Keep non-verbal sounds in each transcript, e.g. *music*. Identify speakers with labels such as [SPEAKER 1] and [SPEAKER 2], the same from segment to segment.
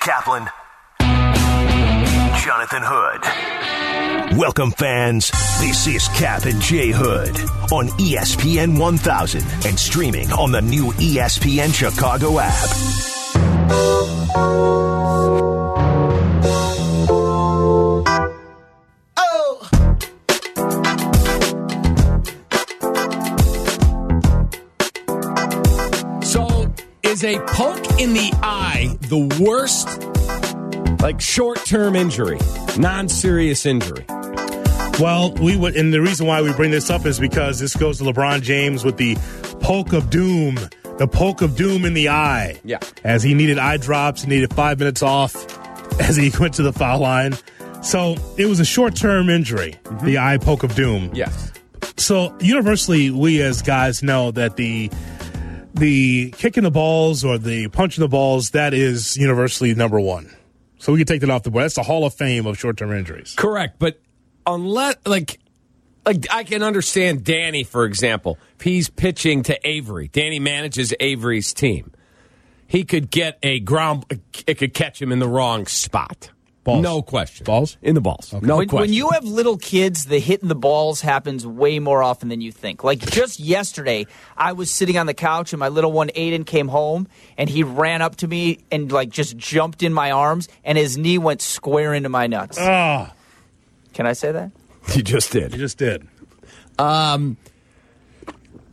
[SPEAKER 1] Kaplan, Jonathan Hood. Welcome, fans. This is Cap and Jay Hood on E ESPN 1000 and streaming on the new E ESPN Chicago app.
[SPEAKER 2] So, is a poke in the eye the worst, like short term injury, non serious injury?
[SPEAKER 3] Well, we would, and the reason why we bring this up is because this goes to LeBron James with the poke of doom, the poke of doom in the eye.
[SPEAKER 2] Yeah.
[SPEAKER 3] As he needed eye drops, he needed five minutes off *laughs* as he went to the foul line. So it was a short term injury, the eye poke of doom.
[SPEAKER 2] Yes.
[SPEAKER 3] So universally, we as guys know that the the kicking the balls or the punching the balls that is universally number one. So we can take that off the board. That's the Hall of Fame of short term injuries.
[SPEAKER 2] Correct, but unless like like I can understand Danny for example. If he's pitching to Avery, Danny manages Avery's team. He could get a ground it could catch him in the wrong spot.
[SPEAKER 3] Balls.
[SPEAKER 2] No question.
[SPEAKER 3] Balls?
[SPEAKER 2] In the balls. No
[SPEAKER 4] when,
[SPEAKER 2] question.
[SPEAKER 4] when you have little kids, the hitting the balls happens way more often than you think. Like just yesterday, I was sitting on the couch and my little one Aiden came home and he ran up to me and like just jumped in my arms and his knee went square into my nuts.
[SPEAKER 3] Ah,
[SPEAKER 4] Can I say that?
[SPEAKER 2] you just did.
[SPEAKER 3] you just did.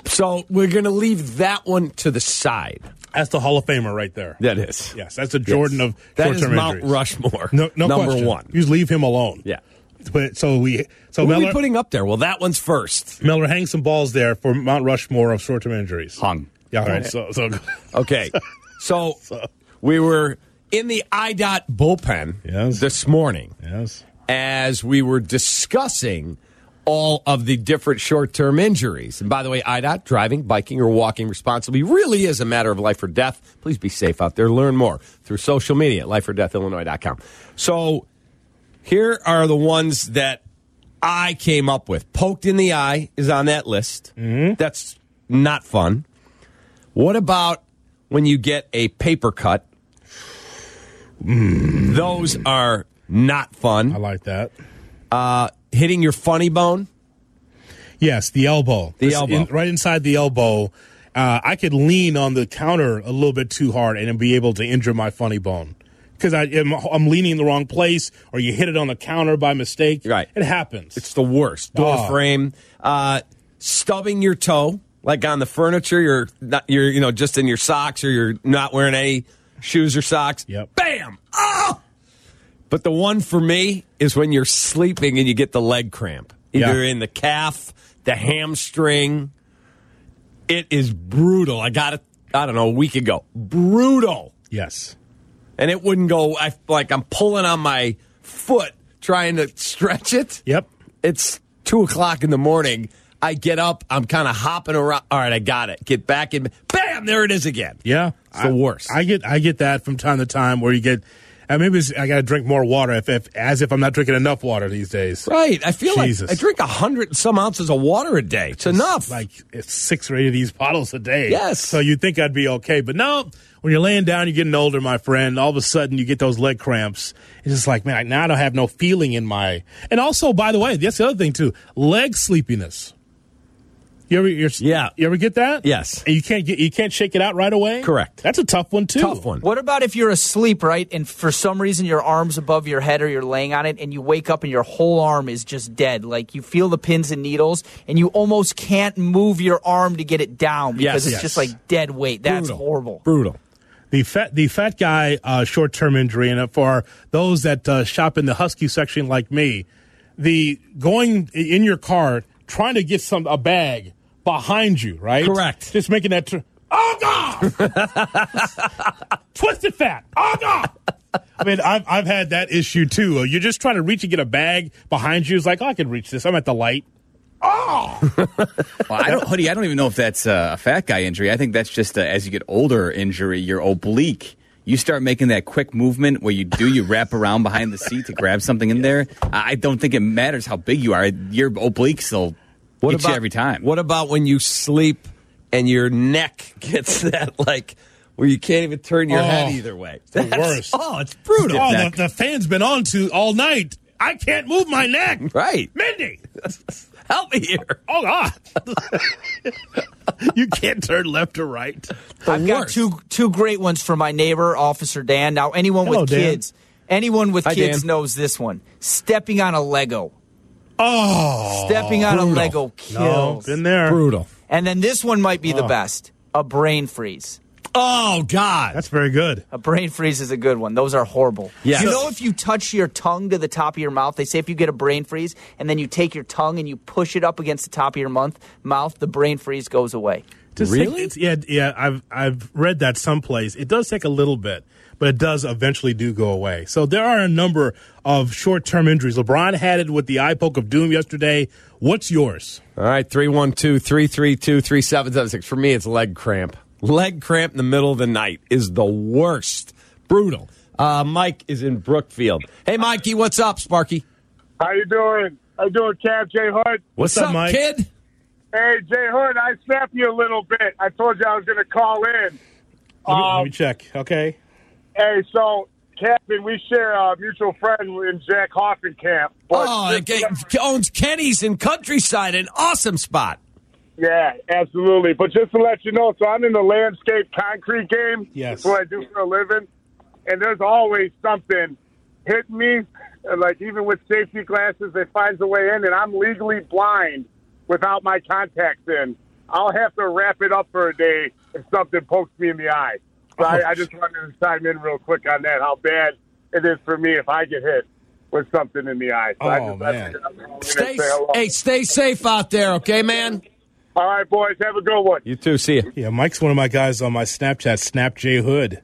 [SPEAKER 2] So we're going to leave that one to the side.
[SPEAKER 3] That's the Hall of Famer right there.
[SPEAKER 2] That is.
[SPEAKER 3] Yes, that's the Jordan of
[SPEAKER 2] That is
[SPEAKER 3] short-term
[SPEAKER 2] Mount
[SPEAKER 3] injuries.
[SPEAKER 2] Rushmore.
[SPEAKER 3] No, no
[SPEAKER 2] number
[SPEAKER 3] question.
[SPEAKER 2] one.
[SPEAKER 3] You just leave him alone.
[SPEAKER 2] Yeah.
[SPEAKER 3] But so we so
[SPEAKER 2] What are
[SPEAKER 3] Miller
[SPEAKER 2] we putting up there? Well, that one's first.
[SPEAKER 3] Miller hang some balls there for Mount Rushmore of short term injuries.
[SPEAKER 5] Hung.
[SPEAKER 3] Yeah, all right. So *laughs* so
[SPEAKER 2] Okay. So we were in the IDOT bullpen
[SPEAKER 3] Yes.
[SPEAKER 2] this morning
[SPEAKER 3] yes.
[SPEAKER 2] as we were discussing all of the different short term injuries. And by the way, IDOT, driving, biking, or walking responsibly really is a matter of life or death. Please be safe out there. Learn more through social media at lifeordeathillinois.com. So here are the ones that I came up with. Poked in the eye is on that list. That's not fun. What about when you get a paper cut? Those are not fun
[SPEAKER 3] I like that.
[SPEAKER 2] hitting your funny bone.
[SPEAKER 3] Yes, the elbow.
[SPEAKER 2] The
[SPEAKER 3] This-
[SPEAKER 2] elbow.
[SPEAKER 3] in- right inside the elbow. Uh, I could lean on the counter a little bit too hard and be able to injure my funny bone because I am I'm leaning in the wrong place or you hit it on the counter by mistake.
[SPEAKER 2] Right.
[SPEAKER 3] It happens.
[SPEAKER 2] It's the worst. Door
[SPEAKER 3] Oh.
[SPEAKER 2] frame, uh, stubbing your toe, like on the furniture. You're not, you're you know just in your socks or you're not wearing any shoes or socks.
[SPEAKER 3] Yep.
[SPEAKER 2] Bam. Oh! But the one for me is when you're sleeping and you get the leg cramp, either
[SPEAKER 3] Yeah.
[SPEAKER 2] in the calf, the hamstring. It is brutal. I got it. I don't know a week ago. Brutal.
[SPEAKER 3] yes.
[SPEAKER 2] and it wouldn't go. I like I'm pulling on my foot trying to stretch it.
[SPEAKER 3] Yep.
[SPEAKER 2] It's two o'clock in the morning. I get up. I'm kind of hopping around. All right, I got it. Get back in. Bam! There it is again.
[SPEAKER 3] Yeah,
[SPEAKER 2] It's the
[SPEAKER 3] I-
[SPEAKER 2] worst.
[SPEAKER 3] I get I get that from time to time where you get, and maybe it's, I got to drink more water if, if as if I'm not drinking enough water these days.
[SPEAKER 2] Right. I feel
[SPEAKER 3] Jesus.
[SPEAKER 2] like I drink a hundred and some ounces of water a day. It's enough.
[SPEAKER 3] Like it's six or eight of these bottles a day.
[SPEAKER 2] Yes.
[SPEAKER 3] So you'd think I'd be okay, but no. When you're laying down, you're getting older, my friend. All of a sudden, you get those leg cramps. It's just like, man, I- now I don't have no feeling in my. And also, by the way, that's the other thing too: leg sleepiness. You ever, you're,
[SPEAKER 2] Yeah.
[SPEAKER 3] You ever get that?
[SPEAKER 2] Yes.
[SPEAKER 3] And you can't get, you can't shake it out right away.
[SPEAKER 2] Correct.
[SPEAKER 3] That's a tough one too.
[SPEAKER 2] Tough one.
[SPEAKER 4] What about if you're asleep, right, and for some reason your arm's above your head or you're laying on it, and you wake up and your whole arm is just dead? Like you feel the pins and needles, and you almost can't move your arm to get it down because
[SPEAKER 2] Yes.
[SPEAKER 4] it's
[SPEAKER 2] Yes.
[SPEAKER 4] just like dead weight. That's horrible.
[SPEAKER 2] Brutal.
[SPEAKER 3] The fat, the fat guy uh, short term injury, and for those that uh, shop in the Husky section like me, the going i- in your car trying to get some a bag behind you, right?
[SPEAKER 2] Correct.
[SPEAKER 3] Just making that. Tr- oh God!
[SPEAKER 2] *laughs*
[SPEAKER 3] Twisted fat. Oh God! I mean, I've I've had that issue too. Uh, You're just trying to reach and get a bag behind you. It's like oh, I can reach this. I'm at the light.
[SPEAKER 5] Well, I don't, hoodie. I don't even know if that's uh, a fat guy injury. I think that's just a, as you get older injury. Your oblique. You start making that quick movement where you do you wrap around behind the seat to grab something in there. I I don't think it matters how big you are. Your obliques will get you every time.
[SPEAKER 2] *laughs* What about when you sleep and your neck gets that like where you can't even turn your
[SPEAKER 3] Oh,
[SPEAKER 2] head either way.
[SPEAKER 3] the
[SPEAKER 2] That's-
[SPEAKER 3] worst.
[SPEAKER 2] Oh, it's brutal.
[SPEAKER 3] Oh, the, the fan's been on to all night. I can't move my neck.
[SPEAKER 2] Right.
[SPEAKER 3] Mindy.
[SPEAKER 2] Help me here.
[SPEAKER 3] Oh God. *laughs* you can't turn left or right.
[SPEAKER 4] I've got
[SPEAKER 2] worst.
[SPEAKER 4] two two great ones for my neighbor, Officer Dan. Now, anyone
[SPEAKER 3] Hello,
[SPEAKER 4] with
[SPEAKER 3] Dan.
[SPEAKER 4] kids, anyone with
[SPEAKER 2] Hi,
[SPEAKER 4] kids
[SPEAKER 2] Dan.
[SPEAKER 4] knows this one. Stepping on a Lego,
[SPEAKER 3] Oh,
[SPEAKER 4] stepping on a
[SPEAKER 2] brutal.
[SPEAKER 4] Lego
[SPEAKER 3] no,
[SPEAKER 4] kills.
[SPEAKER 3] been there.
[SPEAKER 2] Brutal.
[SPEAKER 4] and then this one might be the best: a brain freeze.
[SPEAKER 2] Oh God.
[SPEAKER 3] That's very good.
[SPEAKER 4] A brain freeze is a good one. Those are horrible.
[SPEAKER 2] Yes.
[SPEAKER 4] You know, if you touch your tongue to the top of your mouth, they say if you get a brain freeze and then you take your tongue and you push it up against the top of your mouth, mouth, the brain freeze goes away.
[SPEAKER 3] Just
[SPEAKER 2] Really?
[SPEAKER 3] Take, it's, yeah, yeah. I've I've read that someplace. It does take a little bit, but it does eventually do go away. So there are a number of short term injuries. LeBron had it with the eye poke of doom yesterday. What's yours?
[SPEAKER 2] All right, 312 332 3776. For me, it's leg cramp. Leg cramp in the middle of the night is the worst. Brutal. Uh, Mike is in Brookfield. Hey, Mikey, what's up, Sparky?
[SPEAKER 6] How you doing? How you doing, Cap Jay Hood?
[SPEAKER 3] What's up, Mike?
[SPEAKER 2] kid?
[SPEAKER 6] Hey, Jay Hood, I snapped you a little bit. I told you I was going to call in.
[SPEAKER 3] Let me, let me
[SPEAKER 6] Um,
[SPEAKER 3] check. Okay.
[SPEAKER 6] Hey, so Captain, we share a mutual friend in Jack Hoffenkamp. But
[SPEAKER 2] Oh, it g- owns Kenny's in Countryside, an awesome spot.
[SPEAKER 6] yeah, absolutely. But just to let you know, so I'm in the landscape concrete game.
[SPEAKER 3] Yes.
[SPEAKER 6] that's what I do for a living. And there's always something hitting me. And, Like even with safety glasses, it finds a way in, and I'm legally blind without my contacts in. I'll have to wrap it up for a day if something pokes me in the eye. So I, I just wanted to chime in real quick on that. How bad it is for me if I get hit with something in the eye. So I
[SPEAKER 3] Oh,
[SPEAKER 6] just,
[SPEAKER 3] man.
[SPEAKER 6] I figured I'd call in and
[SPEAKER 2] Stay,
[SPEAKER 6] say hello.
[SPEAKER 2] hey, stay safe out there, okay, man?
[SPEAKER 6] All right, boys, have a good one.
[SPEAKER 2] You too. See you.
[SPEAKER 3] Yeah, Mike's one of my guys on my Snapchat, Snap J Hood,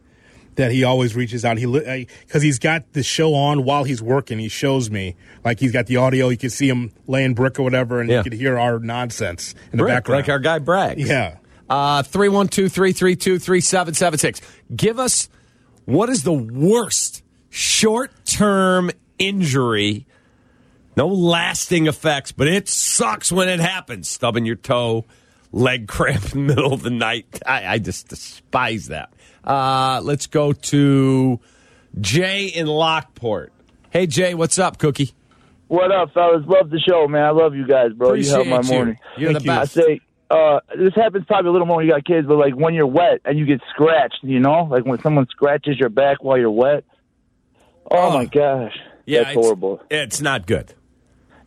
[SPEAKER 3] that he always reaches out. He because he's got the show on while he's working. He shows me like he's got the audio. You can see him laying brick or whatever, and
[SPEAKER 2] Yeah.
[SPEAKER 3] you can hear our nonsense in the background.
[SPEAKER 2] like our guy Bragg.
[SPEAKER 3] yeah,
[SPEAKER 2] Uh, 312-332-3776. Give us what is the worst short-term injury. No lasting effects, but it sucks when it happens. Stubbing your toe, leg cramp in the middle of the night. I, I just despise that. Uh, let's go to Jay in Lockport. Hey, Jay, what's up, Cookie?
[SPEAKER 7] What up, fellas? Love the show, man. I love you guys, bro. you helped my morning.
[SPEAKER 2] You. are the
[SPEAKER 3] Thank you.
[SPEAKER 7] I
[SPEAKER 2] best.
[SPEAKER 7] say, uh, this happens probably a little more when you got kids, but like when you're wet and you get scratched, you know, like when someone scratches your back while you're wet. Oh,
[SPEAKER 2] Oh.
[SPEAKER 7] my gosh,
[SPEAKER 2] Yeah,
[SPEAKER 7] that's
[SPEAKER 2] it's-
[SPEAKER 7] horrible.
[SPEAKER 2] It's not good.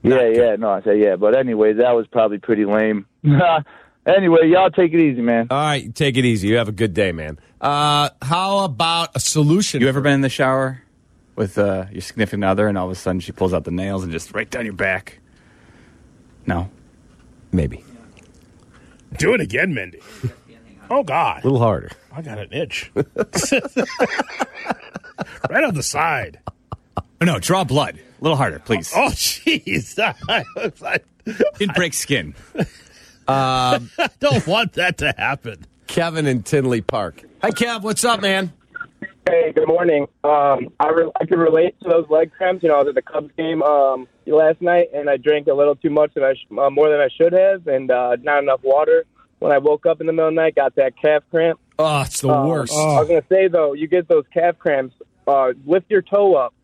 [SPEAKER 7] Yeah, yeah, no, I say yeah, but anyway, that was probably pretty lame. *laughs* anyway, y'all take it easy, man.
[SPEAKER 2] All right, take it easy. You have a good day, man. Uh, how about a solution?
[SPEAKER 5] You ever been in the shower with uh, your significant other, and all of a sudden she pulls out the nails and just right down your back? No.
[SPEAKER 2] Maybe
[SPEAKER 3] do it again, Mindy. Oh
[SPEAKER 2] a
[SPEAKER 3] God,
[SPEAKER 2] little harder.
[SPEAKER 3] I got an itch *laughs* right on the side.
[SPEAKER 5] Oh, no, draw blood. A little harder, please.
[SPEAKER 3] Oh jeez, *laughs* I, was like,
[SPEAKER 5] Didn't break skin.
[SPEAKER 3] I don't want that to happen.
[SPEAKER 2] Kevin in Tinley Park. Hi, Kev. What's up, man?
[SPEAKER 8] Hey, good morning. Um, I, re- I can relate to those leg cramps. You know, I was at the Cubs game um, last night, and I drank a little too much, and I sh- uh, more than I should have, and uh, not enough water. When I woke up in the middle of the night, got that calf cramp.
[SPEAKER 2] Oh, it's the worst.
[SPEAKER 8] I was gonna say though, you get those calf cramps. Uh, lift your toe up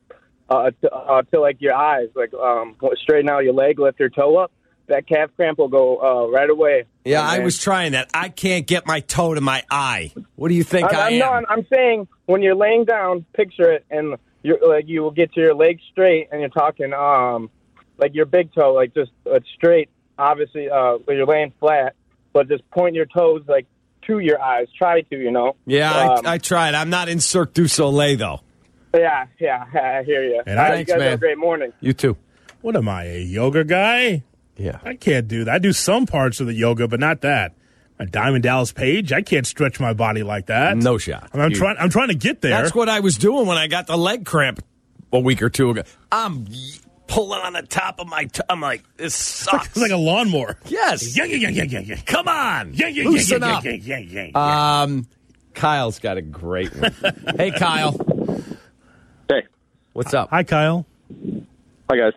[SPEAKER 8] uh, to, uh, to like your eyes, like um, straighten out your leg, lift your toe up. That calf cramp will go uh, right away.
[SPEAKER 2] yeah, I
[SPEAKER 8] And then-
[SPEAKER 2] was trying that. I can't get my toe to my eye. What do you think I,
[SPEAKER 8] I'm, I'm
[SPEAKER 2] am?
[SPEAKER 8] not. I'm saying when you're laying down, picture it, and you're like you will get your legs straight, and you're talking um, like your big toe, like just uh, straight. Obviously, uh, where you're laying flat, but just point your toes like to your eyes. Try to, you know.
[SPEAKER 2] yeah,
[SPEAKER 8] Um,
[SPEAKER 2] I, I tried. I'm not in Cirque du Soleil though.
[SPEAKER 8] yeah, *laughs* yeah. I hear you.
[SPEAKER 3] And I-
[SPEAKER 8] All right, you
[SPEAKER 2] Thanks,
[SPEAKER 8] guys
[SPEAKER 2] man.
[SPEAKER 8] have a great morning.
[SPEAKER 2] You too.
[SPEAKER 3] What am I, a yoga guy?
[SPEAKER 2] Yeah.
[SPEAKER 3] I can't do that. I do some parts of the yoga, but not that. My Diamond Dallas Page, I can't stretch my body like that.
[SPEAKER 2] No shot.
[SPEAKER 3] I mean, I'm trying. I'm trying to get there.
[SPEAKER 2] That's what I was doing when I got the leg cramp a week or two ago. I'm pulling on the top of my. i I'm like, this sucks.
[SPEAKER 3] It's like a lawnmower.
[SPEAKER 2] *laughs* yes.
[SPEAKER 3] Yeah, yeah, yeah, yeah, yeah, yeah.
[SPEAKER 2] Come on.
[SPEAKER 3] Yeah, yeah, yeah,
[SPEAKER 2] Loosen
[SPEAKER 3] yeah,
[SPEAKER 2] up.
[SPEAKER 3] yeah, yeah, yeah, yeah.
[SPEAKER 2] Um, Kyle's got a great one. *laughs* hey, Kyle.
[SPEAKER 6] Hey.
[SPEAKER 2] What's up?
[SPEAKER 3] Hi, Kyle.
[SPEAKER 6] Hi, guys.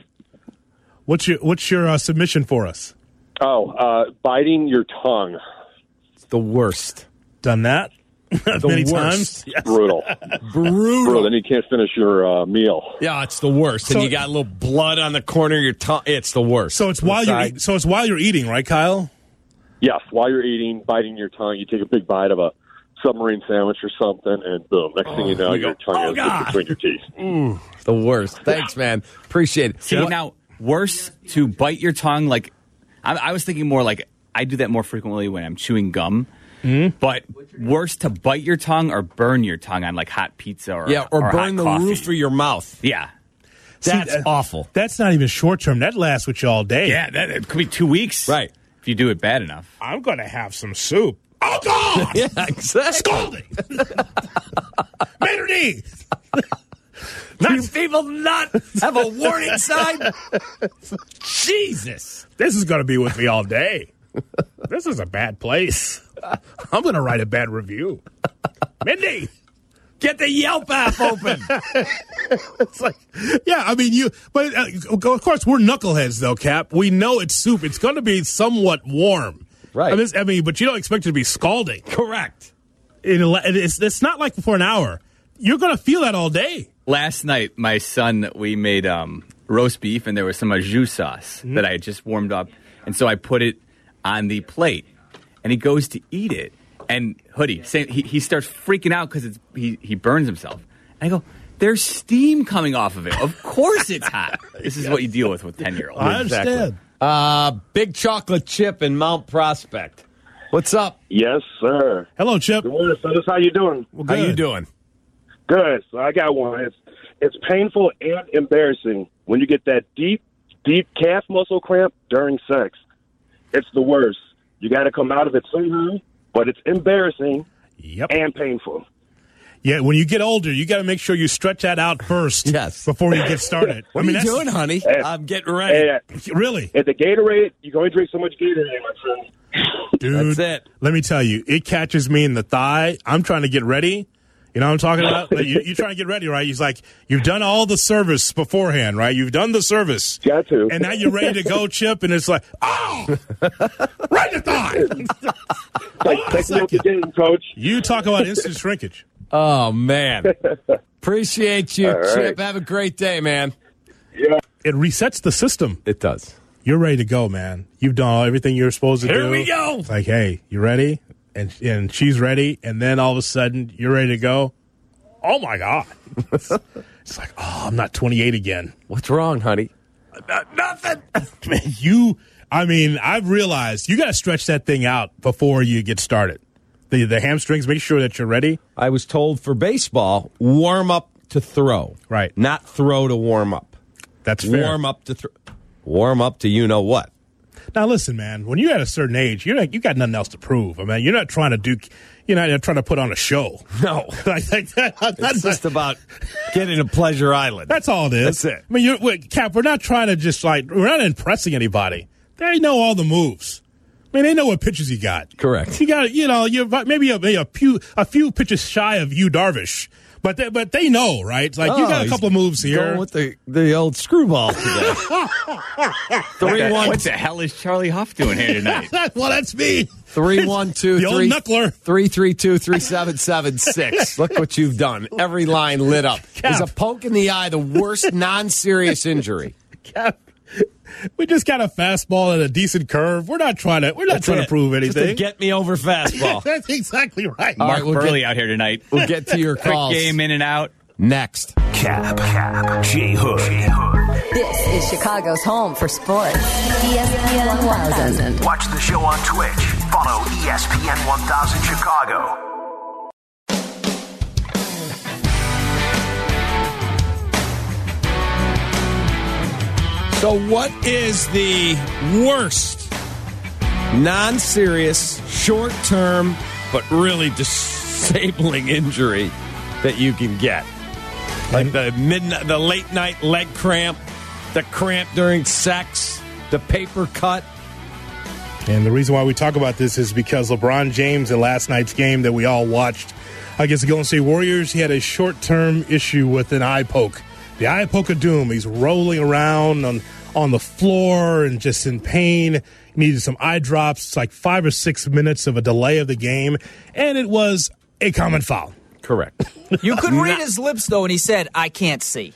[SPEAKER 3] What's your What's your uh, submission for us?
[SPEAKER 6] Oh, uh, biting your tongue.
[SPEAKER 2] The worst.
[SPEAKER 3] Done that? *laughs*
[SPEAKER 2] The
[SPEAKER 3] Many
[SPEAKER 2] worst.
[SPEAKER 3] times. Yeah.
[SPEAKER 9] *laughs* Brutal. Brutal.
[SPEAKER 2] Brutal.
[SPEAKER 9] Then you can't finish your uh, meal.
[SPEAKER 2] Yeah, it's the worst.
[SPEAKER 3] So-
[SPEAKER 2] and you got a little blood on the corner of your tongue. It's the worst.
[SPEAKER 3] So it's
[SPEAKER 2] The
[SPEAKER 3] while you're
[SPEAKER 2] side-
[SPEAKER 3] eat- so it's while you're eating, right, Kyle?
[SPEAKER 9] Yes, while you're eating, biting your tongue, you take a big bite of a submarine sandwich or something, and boom, next thing Oh, you know, your tongue is just between your teeth.
[SPEAKER 2] the worst. Thanks, man. Appreciate it.
[SPEAKER 5] See,
[SPEAKER 2] What-
[SPEAKER 5] now, worse to bite your tongue. Like, I, I was thinking more like I do that more frequently when I'm chewing gum.
[SPEAKER 2] Mm-hmm.
[SPEAKER 5] But worse to bite your tongue or burn your tongue on like hot pizza or
[SPEAKER 2] yeah, or,
[SPEAKER 5] hot
[SPEAKER 2] burn the
[SPEAKER 5] coffee.
[SPEAKER 2] roof of your mouth.
[SPEAKER 5] yeah.
[SPEAKER 2] That's
[SPEAKER 3] that-
[SPEAKER 2] awful.
[SPEAKER 3] uh, That's not even short term. That lasts with you all day.
[SPEAKER 5] Yeah, that it could be two weeks.
[SPEAKER 2] Right.
[SPEAKER 5] If you do it bad enough.
[SPEAKER 3] I'm gonna have some soup. Oh God!
[SPEAKER 2] *laughs* Yeah, exactly. *laughs*
[SPEAKER 3] Scalding. Maitre d'.
[SPEAKER 2] Do people not have a warning sign? Jesus.
[SPEAKER 3] This is gonna be with me all day. This is a bad place. I'm gonna write a bad review. Mindy.
[SPEAKER 2] Get the Yelp app open.
[SPEAKER 3] It's like, yeah, I mean, you, but uh, of course, we're knuckleheads, though, Cap. We know it's soup. It's going to be somewhat warm.
[SPEAKER 2] Right.
[SPEAKER 3] I mean, it's- I mean, but you don't expect it to be scalding.
[SPEAKER 2] Correct.
[SPEAKER 3] It- it's, it's not like for an hour. You're going to feel that all day.
[SPEAKER 5] Last night, my son, we made um, roast beef, and there was some ajou sauce that I had just warmed up, and so I put it on the plate, and he goes to eat it, and hoodie, same, he, he starts freaking out because he he burns himself, and I go, "There's steam coming off of it. Of course it's *laughs* hot. This is what you deal with with ten year olds.
[SPEAKER 3] understand.
[SPEAKER 2] Uh, *laughs* big chocolate chip in Mount Prospect. What's up?
[SPEAKER 9] Yes, sir.
[SPEAKER 3] Hello, Chip.
[SPEAKER 9] Good morning, fellas. How you doing?
[SPEAKER 3] Well,
[SPEAKER 2] How you
[SPEAKER 3] good.
[SPEAKER 2] doing?
[SPEAKER 9] Good. So I got one. It's it's painful and embarrassing when you get that deep, deep calf muscle cramp during sex. It's the worst. You got to come out of it somehow, but it's embarrassing
[SPEAKER 3] Yep.
[SPEAKER 9] and painful.
[SPEAKER 3] Yeah, when you get older, you got to make sure you stretch that out first
[SPEAKER 2] *laughs* Yes.
[SPEAKER 3] before you get started.
[SPEAKER 2] *laughs* What
[SPEAKER 3] I mean,
[SPEAKER 2] are you doing,
[SPEAKER 3] that's-
[SPEAKER 2] honey? I'm getting ready.
[SPEAKER 9] And
[SPEAKER 3] *laughs* Really?
[SPEAKER 9] at the Gatorade, you can only drink so much Gatorade, my friend.
[SPEAKER 3] Dude,
[SPEAKER 2] That's it.
[SPEAKER 3] Let me tell you, it catches me in the thigh. I'm trying to get ready. You know what I'm talking about? Like, you, you're trying to get ready, right? He's like, you've done all the service beforehand, right? You've done the service.
[SPEAKER 9] Got to.
[SPEAKER 3] And now you're ready to go, Chip, and it's like, oh, *laughs* right in the thigh.
[SPEAKER 9] *laughs* like, take me up the game, coach.
[SPEAKER 3] You talk about instant shrinkage.
[SPEAKER 2] Oh, man. *laughs* Appreciate you,
[SPEAKER 9] right.
[SPEAKER 2] Chip. Have a great day, man.
[SPEAKER 3] It resets the system.
[SPEAKER 2] It does.
[SPEAKER 3] You're ready to go, man. You've done all, everything you're supposed to do.
[SPEAKER 2] Here we go.
[SPEAKER 3] It's like, hey, you ready? And and she's ready, and then all of a sudden you're ready to go. Oh my
[SPEAKER 2] *laughs*
[SPEAKER 3] god! it's like, oh, I'm not 28 again.
[SPEAKER 2] What's wrong, honey?
[SPEAKER 3] *laughs* nothing. you, I mean, I've realized you got to stretch that thing out before you get started. The the hamstrings, make sure that you're ready.
[SPEAKER 2] I was told for baseball, warm up to throw.
[SPEAKER 3] Right.
[SPEAKER 2] Not throw to warm up.
[SPEAKER 3] That's fair.
[SPEAKER 2] Warm up to throw. Warm up to you know what.
[SPEAKER 3] Now listen, man. When you're at a certain age, you're not, you got nothing else to prove. I mean, you're not trying to do, you're not trying to put on a show.
[SPEAKER 2] No.
[SPEAKER 3] *laughs* like, like that,
[SPEAKER 2] That's
[SPEAKER 3] that's
[SPEAKER 2] just about getting to Pleasure Island.
[SPEAKER 3] that's all it is.
[SPEAKER 2] That's it.
[SPEAKER 3] I mean, you're, wait, Cap, we're not trying to just like we're not impressing anybody. They know all the moves. I mean, they know what pitches you got.
[SPEAKER 2] Correct.
[SPEAKER 3] You got you know you're about- maybe a, maybe a few a few pitches shy of you Darvish, but they, but they know right. It's Like you
[SPEAKER 2] Oh,
[SPEAKER 3] got a
[SPEAKER 2] he's
[SPEAKER 3] couple of moves here. *laughs*
[SPEAKER 2] Going with the, the old screwball today.
[SPEAKER 5] What
[SPEAKER 2] three
[SPEAKER 5] the-
[SPEAKER 2] one
[SPEAKER 5] What the hell is Charlie Huff doing here tonight?
[SPEAKER 2] *laughs*
[SPEAKER 3] well, that's me.
[SPEAKER 2] three one two
[SPEAKER 3] The old
[SPEAKER 2] three-
[SPEAKER 3] knuckler.
[SPEAKER 2] three three two three seven
[SPEAKER 3] *laughs*
[SPEAKER 2] seven six. Look what you've done. Every line lit up. Is a poke in the eye
[SPEAKER 3] *laughs*
[SPEAKER 2] the worst non-serious injury?
[SPEAKER 3] We just got a fastball and a decent curve. We're not trying to we're not trying
[SPEAKER 2] it.
[SPEAKER 3] to prove
[SPEAKER 2] Just a
[SPEAKER 3] anything.
[SPEAKER 2] get me over
[SPEAKER 3] *laughs*
[SPEAKER 2] fastball.
[SPEAKER 3] that's exactly right.
[SPEAKER 2] All
[SPEAKER 5] Mark
[SPEAKER 2] right, we'll
[SPEAKER 5] Burley
[SPEAKER 2] get-
[SPEAKER 5] out here tonight.
[SPEAKER 2] We'll get
[SPEAKER 3] *laughs*
[SPEAKER 2] to your
[SPEAKER 5] Quick
[SPEAKER 2] calls
[SPEAKER 5] game in and out.
[SPEAKER 2] next.
[SPEAKER 1] Cap, Cap, J Hood.
[SPEAKER 10] This is Chicago's home for sports. ESPN 1000.
[SPEAKER 1] Watch the show on Twitch. Follow E ESPN 1000 Chicago.
[SPEAKER 2] So, what is the worst non serious, short term, but really disabling injury that you can get? Like the midnight, the late night leg cramp, the cramp during sex, the paper cut.
[SPEAKER 3] And the reason why we talk about this is because LeBron James in last night's game that we all watched against the Golden State Warriors, he had a short term issue with an eye poke. The eye poke of doom. He's rolling around on on the floor and just in pain. He needed some eye drops. It's like five or six minutes of a delay of the game. And it was a common foul.
[SPEAKER 2] Correct.
[SPEAKER 4] You
[SPEAKER 3] *laughs*
[SPEAKER 4] could read his lips though, and he said, "I can't see."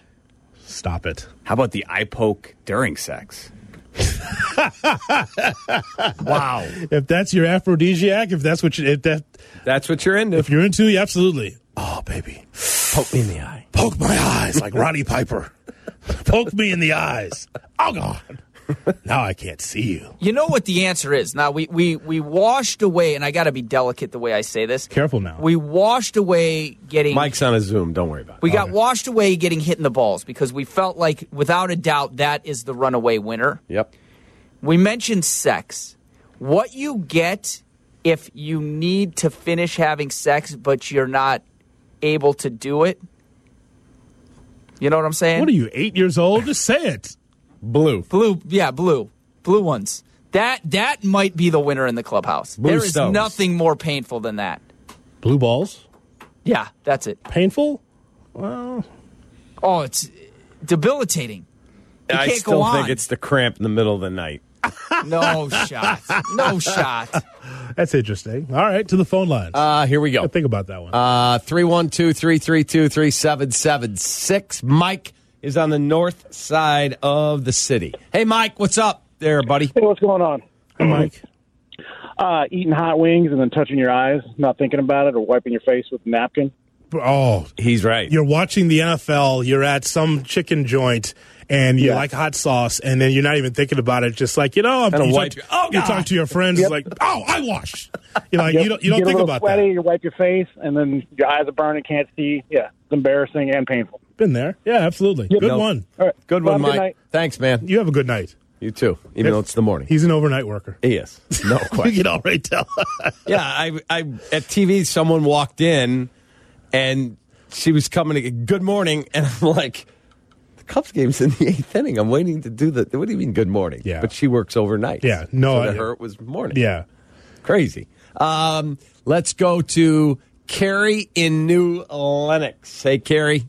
[SPEAKER 3] Stop it.
[SPEAKER 5] How about the eye poke during sex?
[SPEAKER 2] Wow.
[SPEAKER 3] If that's your aphrodisiac, if that's what you, if that
[SPEAKER 2] That's what you're into.
[SPEAKER 3] if you're into, yeah, absolutely. Oh, baby,
[SPEAKER 2] Poke me in the eye.
[SPEAKER 3] poke my eyes like Ronnie Piper. *laughs* poke me in the eyes. Oh God, now I can't see you.
[SPEAKER 4] You know what the answer is. Now we we we washed away, and I got to be delicate the way I say this.
[SPEAKER 3] Careful now.
[SPEAKER 4] We washed away getting
[SPEAKER 2] Mike's on a Zoom. Don't worry about it.
[SPEAKER 4] We got washed away getting hit in the balls because we felt like, without a doubt, that is the runaway winner.
[SPEAKER 2] Yep.
[SPEAKER 4] We mentioned sex. What you get if you need to finish having sex, but you're not able to do it. You know what I'm saying?
[SPEAKER 3] What are you, eight years old? Just say it.
[SPEAKER 2] Blue.
[SPEAKER 4] blue? Yeah, blue, blue ones. That that might be the winner in the clubhouse.
[SPEAKER 2] Blue
[SPEAKER 4] there is
[SPEAKER 2] stones.
[SPEAKER 4] nothing more painful than that.
[SPEAKER 3] Blue balls.
[SPEAKER 4] Yeah, that's it.
[SPEAKER 3] Painful.
[SPEAKER 4] Oh, it's debilitating. You
[SPEAKER 2] I
[SPEAKER 4] can't
[SPEAKER 2] still
[SPEAKER 4] go on.
[SPEAKER 2] think it's the cramp in the middle of the night.
[SPEAKER 4] no shot.
[SPEAKER 2] *laughs*
[SPEAKER 4] No shot.
[SPEAKER 3] That's interesting. All right, to the phone line.
[SPEAKER 2] Uh, here we go.
[SPEAKER 3] Think about that one.
[SPEAKER 2] Uh, 312-332-3776. Mike is on the north side of the city. Hey, Mike, what's up there, buddy?
[SPEAKER 9] Hey, what's going on?
[SPEAKER 3] Hi, Mike.
[SPEAKER 9] Uh, eating hot wings and then touching your eyes, not thinking about it, or wiping your face with a napkin.
[SPEAKER 3] Oh,
[SPEAKER 2] He's right.
[SPEAKER 3] you're watching the NFL, you're at some chicken joint, and you
[SPEAKER 9] Yeah.
[SPEAKER 3] like hot sauce, and then you're not even thinking about it. Just like you know, I'm
[SPEAKER 2] Kinda
[SPEAKER 3] you
[SPEAKER 2] wipe
[SPEAKER 3] talk,
[SPEAKER 2] your- oh,
[SPEAKER 3] you
[SPEAKER 2] God.
[SPEAKER 3] talk to your friends, it's like oh, I washed. You know, like, you don't you don't
[SPEAKER 9] get
[SPEAKER 3] think
[SPEAKER 9] a little
[SPEAKER 3] about
[SPEAKER 9] sweaty,
[SPEAKER 3] that.
[SPEAKER 9] You wipe your face, and then your eyes are burning, can't see. Yeah, it's embarrassing and painful.
[SPEAKER 3] Been there, yeah, absolutely. Good
[SPEAKER 2] No.
[SPEAKER 3] one.
[SPEAKER 9] All right,
[SPEAKER 2] Good
[SPEAKER 9] Well,
[SPEAKER 2] one,
[SPEAKER 9] have a
[SPEAKER 2] Mike.
[SPEAKER 9] night.
[SPEAKER 2] Thanks, man.
[SPEAKER 3] You have a good night.
[SPEAKER 2] You too, even though it's the morning.
[SPEAKER 3] He's an overnight worker.
[SPEAKER 2] He is. No
[SPEAKER 3] *laughs*
[SPEAKER 2] question.
[SPEAKER 3] You can already
[SPEAKER 11] *laughs*
[SPEAKER 3] tell.
[SPEAKER 2] Yeah, I, I at TV, someone walked in, and she was coming. To, good morning, and I'm like, the Cubs game's in the eighth inning. I'm waiting to do the. What do you mean, good morning?
[SPEAKER 3] Yeah.
[SPEAKER 2] but she works overnight.
[SPEAKER 3] Yeah, no,
[SPEAKER 2] so
[SPEAKER 3] I-
[SPEAKER 2] to her it was morning.
[SPEAKER 3] yeah,
[SPEAKER 2] crazy. Um, let's go to Carrie in New Lenox. Hey, Carrie,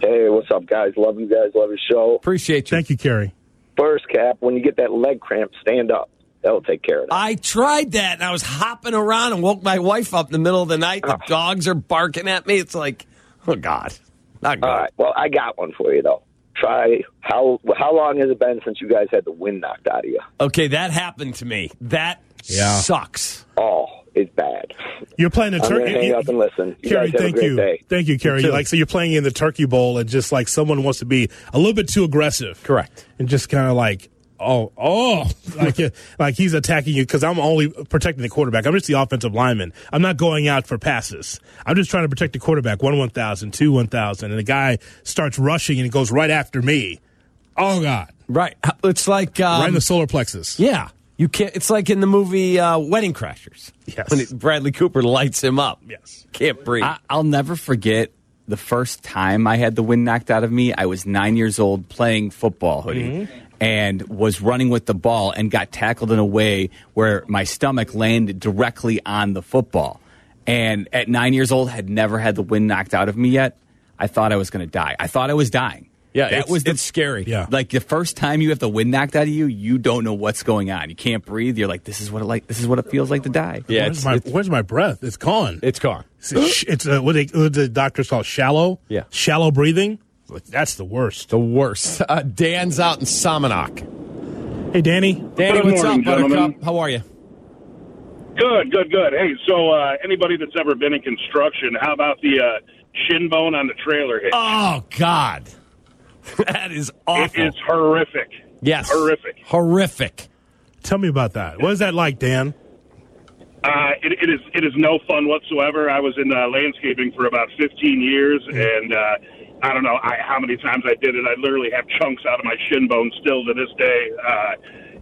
[SPEAKER 11] Hey, what's up, guys? Love you guys. Love your show.
[SPEAKER 2] appreciate you.
[SPEAKER 3] thank you, Carrie.
[SPEAKER 11] First cap, when you get that leg cramp, stand up. That'll take care of that.
[SPEAKER 2] I tried that, and I was hopping around and woke my wife up in the middle of the night. The dogs are barking at me. It's like, oh God, not good.
[SPEAKER 11] All
[SPEAKER 8] Uh,
[SPEAKER 11] right. Well, I got one for you though. Try how how long has it been since you guys had the wind knocked out of you?
[SPEAKER 2] Okay, that happened to me. That
[SPEAKER 3] Yeah.
[SPEAKER 2] sucks.
[SPEAKER 11] Oh, it's bad.
[SPEAKER 3] You're playing the
[SPEAKER 11] I'm
[SPEAKER 3] turkey.
[SPEAKER 11] gonna hang
[SPEAKER 3] you-
[SPEAKER 11] up and listen. You
[SPEAKER 3] Carrie,
[SPEAKER 11] guys have a
[SPEAKER 3] thank
[SPEAKER 11] great
[SPEAKER 3] you,
[SPEAKER 11] day.
[SPEAKER 3] thank you, Carrie.
[SPEAKER 2] too.
[SPEAKER 3] like so, you're playing in the turkey bowl, and just like someone wants to be a little bit too aggressive,
[SPEAKER 2] Correct.
[SPEAKER 3] and just kind of like oh oh *laughs* like uh, like he's attacking you because i'm only protecting the quarterback i'm just the offensive lineman i'm not going out for passes i'm just trying to protect the quarterback one 1000 two 1000 and the guy starts rushing and it goes right after me oh god
[SPEAKER 2] Right. It's like um,
[SPEAKER 3] right in the solar plexus
[SPEAKER 2] yeah. You can't. It's like in the movie uh, Wedding Crashers.
[SPEAKER 3] Yes.
[SPEAKER 2] When it, Bradley Cooper lights him up.
[SPEAKER 3] Yes.
[SPEAKER 2] Can't breathe.
[SPEAKER 5] I, I'll never forget the first time I had the wind knocked out of me. I was nine years old playing football hoodie
[SPEAKER 2] Mm-hmm.
[SPEAKER 5] and was running with the ball and got tackled in a way where my stomach landed directly on the football. And at nine years old, had never had the wind knocked out of me yet. I thought I was going to die. I thought I was dying.
[SPEAKER 2] yeah.
[SPEAKER 5] that
[SPEAKER 2] it's,
[SPEAKER 5] was the
[SPEAKER 2] it's scary.
[SPEAKER 3] Yeah.
[SPEAKER 5] like the first time you have the wind knocked out of you, you don't know what's going on. You can't breathe. You're like, this is what it like. This is what it feels like to die.
[SPEAKER 2] Yeah.
[SPEAKER 3] where's,
[SPEAKER 2] It's,
[SPEAKER 3] my,
[SPEAKER 2] it's,
[SPEAKER 3] where's my breath it's gone
[SPEAKER 2] it's gone.
[SPEAKER 3] it's, it's uh, what, they, what the doctors call shallow
[SPEAKER 2] Yeah.
[SPEAKER 3] shallow breathing that's the worst
[SPEAKER 2] The worst. Uh, Dan's out in Salmonok.
[SPEAKER 3] hey danny
[SPEAKER 2] Danny,
[SPEAKER 9] Good
[SPEAKER 2] what's
[SPEAKER 9] morning,
[SPEAKER 2] up,
[SPEAKER 9] gentlemen.
[SPEAKER 2] Buttercup? How are you?
[SPEAKER 9] Good, good, good. Hey, so uh, anybody that's ever been in construction, how about the uh, shin bone on the trailer hitch?
[SPEAKER 2] Oh God, *laughs* that is
[SPEAKER 9] it
[SPEAKER 2] awful.
[SPEAKER 9] is horrific.
[SPEAKER 2] yes.
[SPEAKER 9] horrific.
[SPEAKER 2] Horrific.
[SPEAKER 3] tell me about that what is that like dan
[SPEAKER 9] Uh, it, it is it is no fun whatsoever. I was in uh, landscaping for about 15 years, and uh, I don't know I, how many times I did it. I literally have chunks out of my shin bone still to this day. Uh,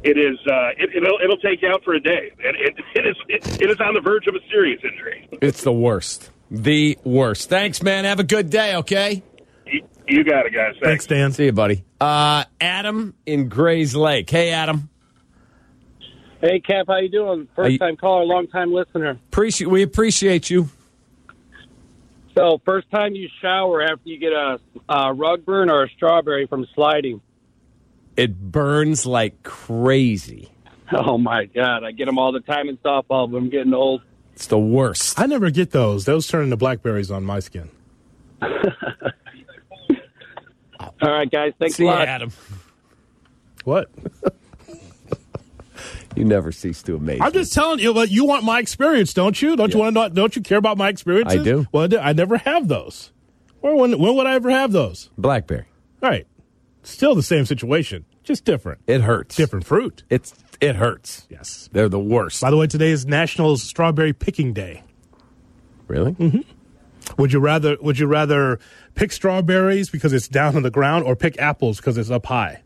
[SPEAKER 9] it is uh, it, it'll it'll take you out for a day, and it, *laughs* it is it, it is on the verge of a serious injury.
[SPEAKER 2] It's the worst. The worst. Thanks, man. Have a good day. Okay.
[SPEAKER 9] You, you got it, guys.
[SPEAKER 3] thanks dan
[SPEAKER 2] See you, buddy. Uh, Adam in Gray's Lake. Hey, Adam.
[SPEAKER 8] Hey, Cap, how you doing? First
[SPEAKER 2] you-
[SPEAKER 8] time caller, long time listener.
[SPEAKER 2] Appreciate we appreciate you.
[SPEAKER 8] So, first time you shower after you get a, a rug burn or a strawberry from sliding. *laughs*
[SPEAKER 2] It burns like crazy.
[SPEAKER 8] Oh my God, I get them all the time in softball, but I'm getting old.
[SPEAKER 2] It's the worst.
[SPEAKER 3] I never get those. Those turn into blackberries on my skin.
[SPEAKER 8] All right, guys. Thanks
[SPEAKER 2] See
[SPEAKER 8] a
[SPEAKER 2] you,
[SPEAKER 8] lot.
[SPEAKER 2] Adam.
[SPEAKER 3] What?
[SPEAKER 2] You never cease to amaze.
[SPEAKER 3] I'm
[SPEAKER 2] me.
[SPEAKER 3] just telling you, but you want my experience, don't you? Don't you want to? Know, don't you care about my experiences?
[SPEAKER 2] I do.
[SPEAKER 3] Well, I do- I never have those. Or when? When would I ever have those?
[SPEAKER 2] Blackberry.
[SPEAKER 3] Right. Still the same situation, just different.
[SPEAKER 2] It hurts.
[SPEAKER 3] Different fruit.
[SPEAKER 2] It's it hurts.
[SPEAKER 3] Yes.
[SPEAKER 2] They're the worst.
[SPEAKER 3] By the way, today is National Strawberry Picking Day.
[SPEAKER 2] Really?
[SPEAKER 3] Would you rather? Would you rather pick strawberries because it's down on the ground, or pick apples because it's up high?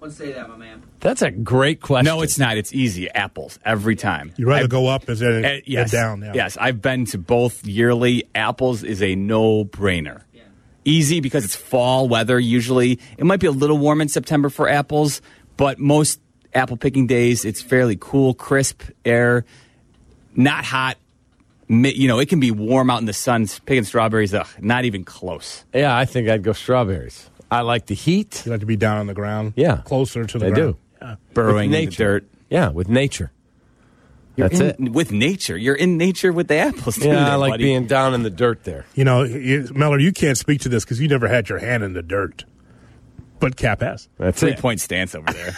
[SPEAKER 4] Don't say that, my man.
[SPEAKER 2] That's a great question.
[SPEAKER 5] No, it's not. It's easy. Apples every time.
[SPEAKER 3] You'd rather go up as it
[SPEAKER 5] Uh,
[SPEAKER 3] than
[SPEAKER 5] yes.
[SPEAKER 3] down. Yeah.
[SPEAKER 5] Yes, I've been to both yearly. Apples is a no brainer. Easy because it's fall weather usually. It might be a little warm in September for apples, but most apple picking days, it's fairly cool, crisp air, not hot. Mi- You know, it can be warm out in the sun picking strawberries. Ugh, not even close.
[SPEAKER 2] Yeah, I think I'd go strawberries. I like the heat.
[SPEAKER 3] You like to be down on the ground.
[SPEAKER 2] Yeah.
[SPEAKER 3] Closer to the
[SPEAKER 2] I
[SPEAKER 3] ground.
[SPEAKER 2] do.
[SPEAKER 5] Burrowing in the
[SPEAKER 2] nature.
[SPEAKER 5] dirt.
[SPEAKER 2] Yeah, with nature. That's it.
[SPEAKER 5] In- With nature. You're in nature with the apples. too
[SPEAKER 2] Yeah, I
[SPEAKER 5] there,
[SPEAKER 2] like
[SPEAKER 5] buddy.
[SPEAKER 2] being down in the dirt there.
[SPEAKER 3] You know, you, Mellor, you can't speak to this because you never had your hand in the dirt. But Cap has.
[SPEAKER 2] That's
[SPEAKER 5] Three
[SPEAKER 2] it.
[SPEAKER 5] point stance over
[SPEAKER 2] *laughs*
[SPEAKER 5] there.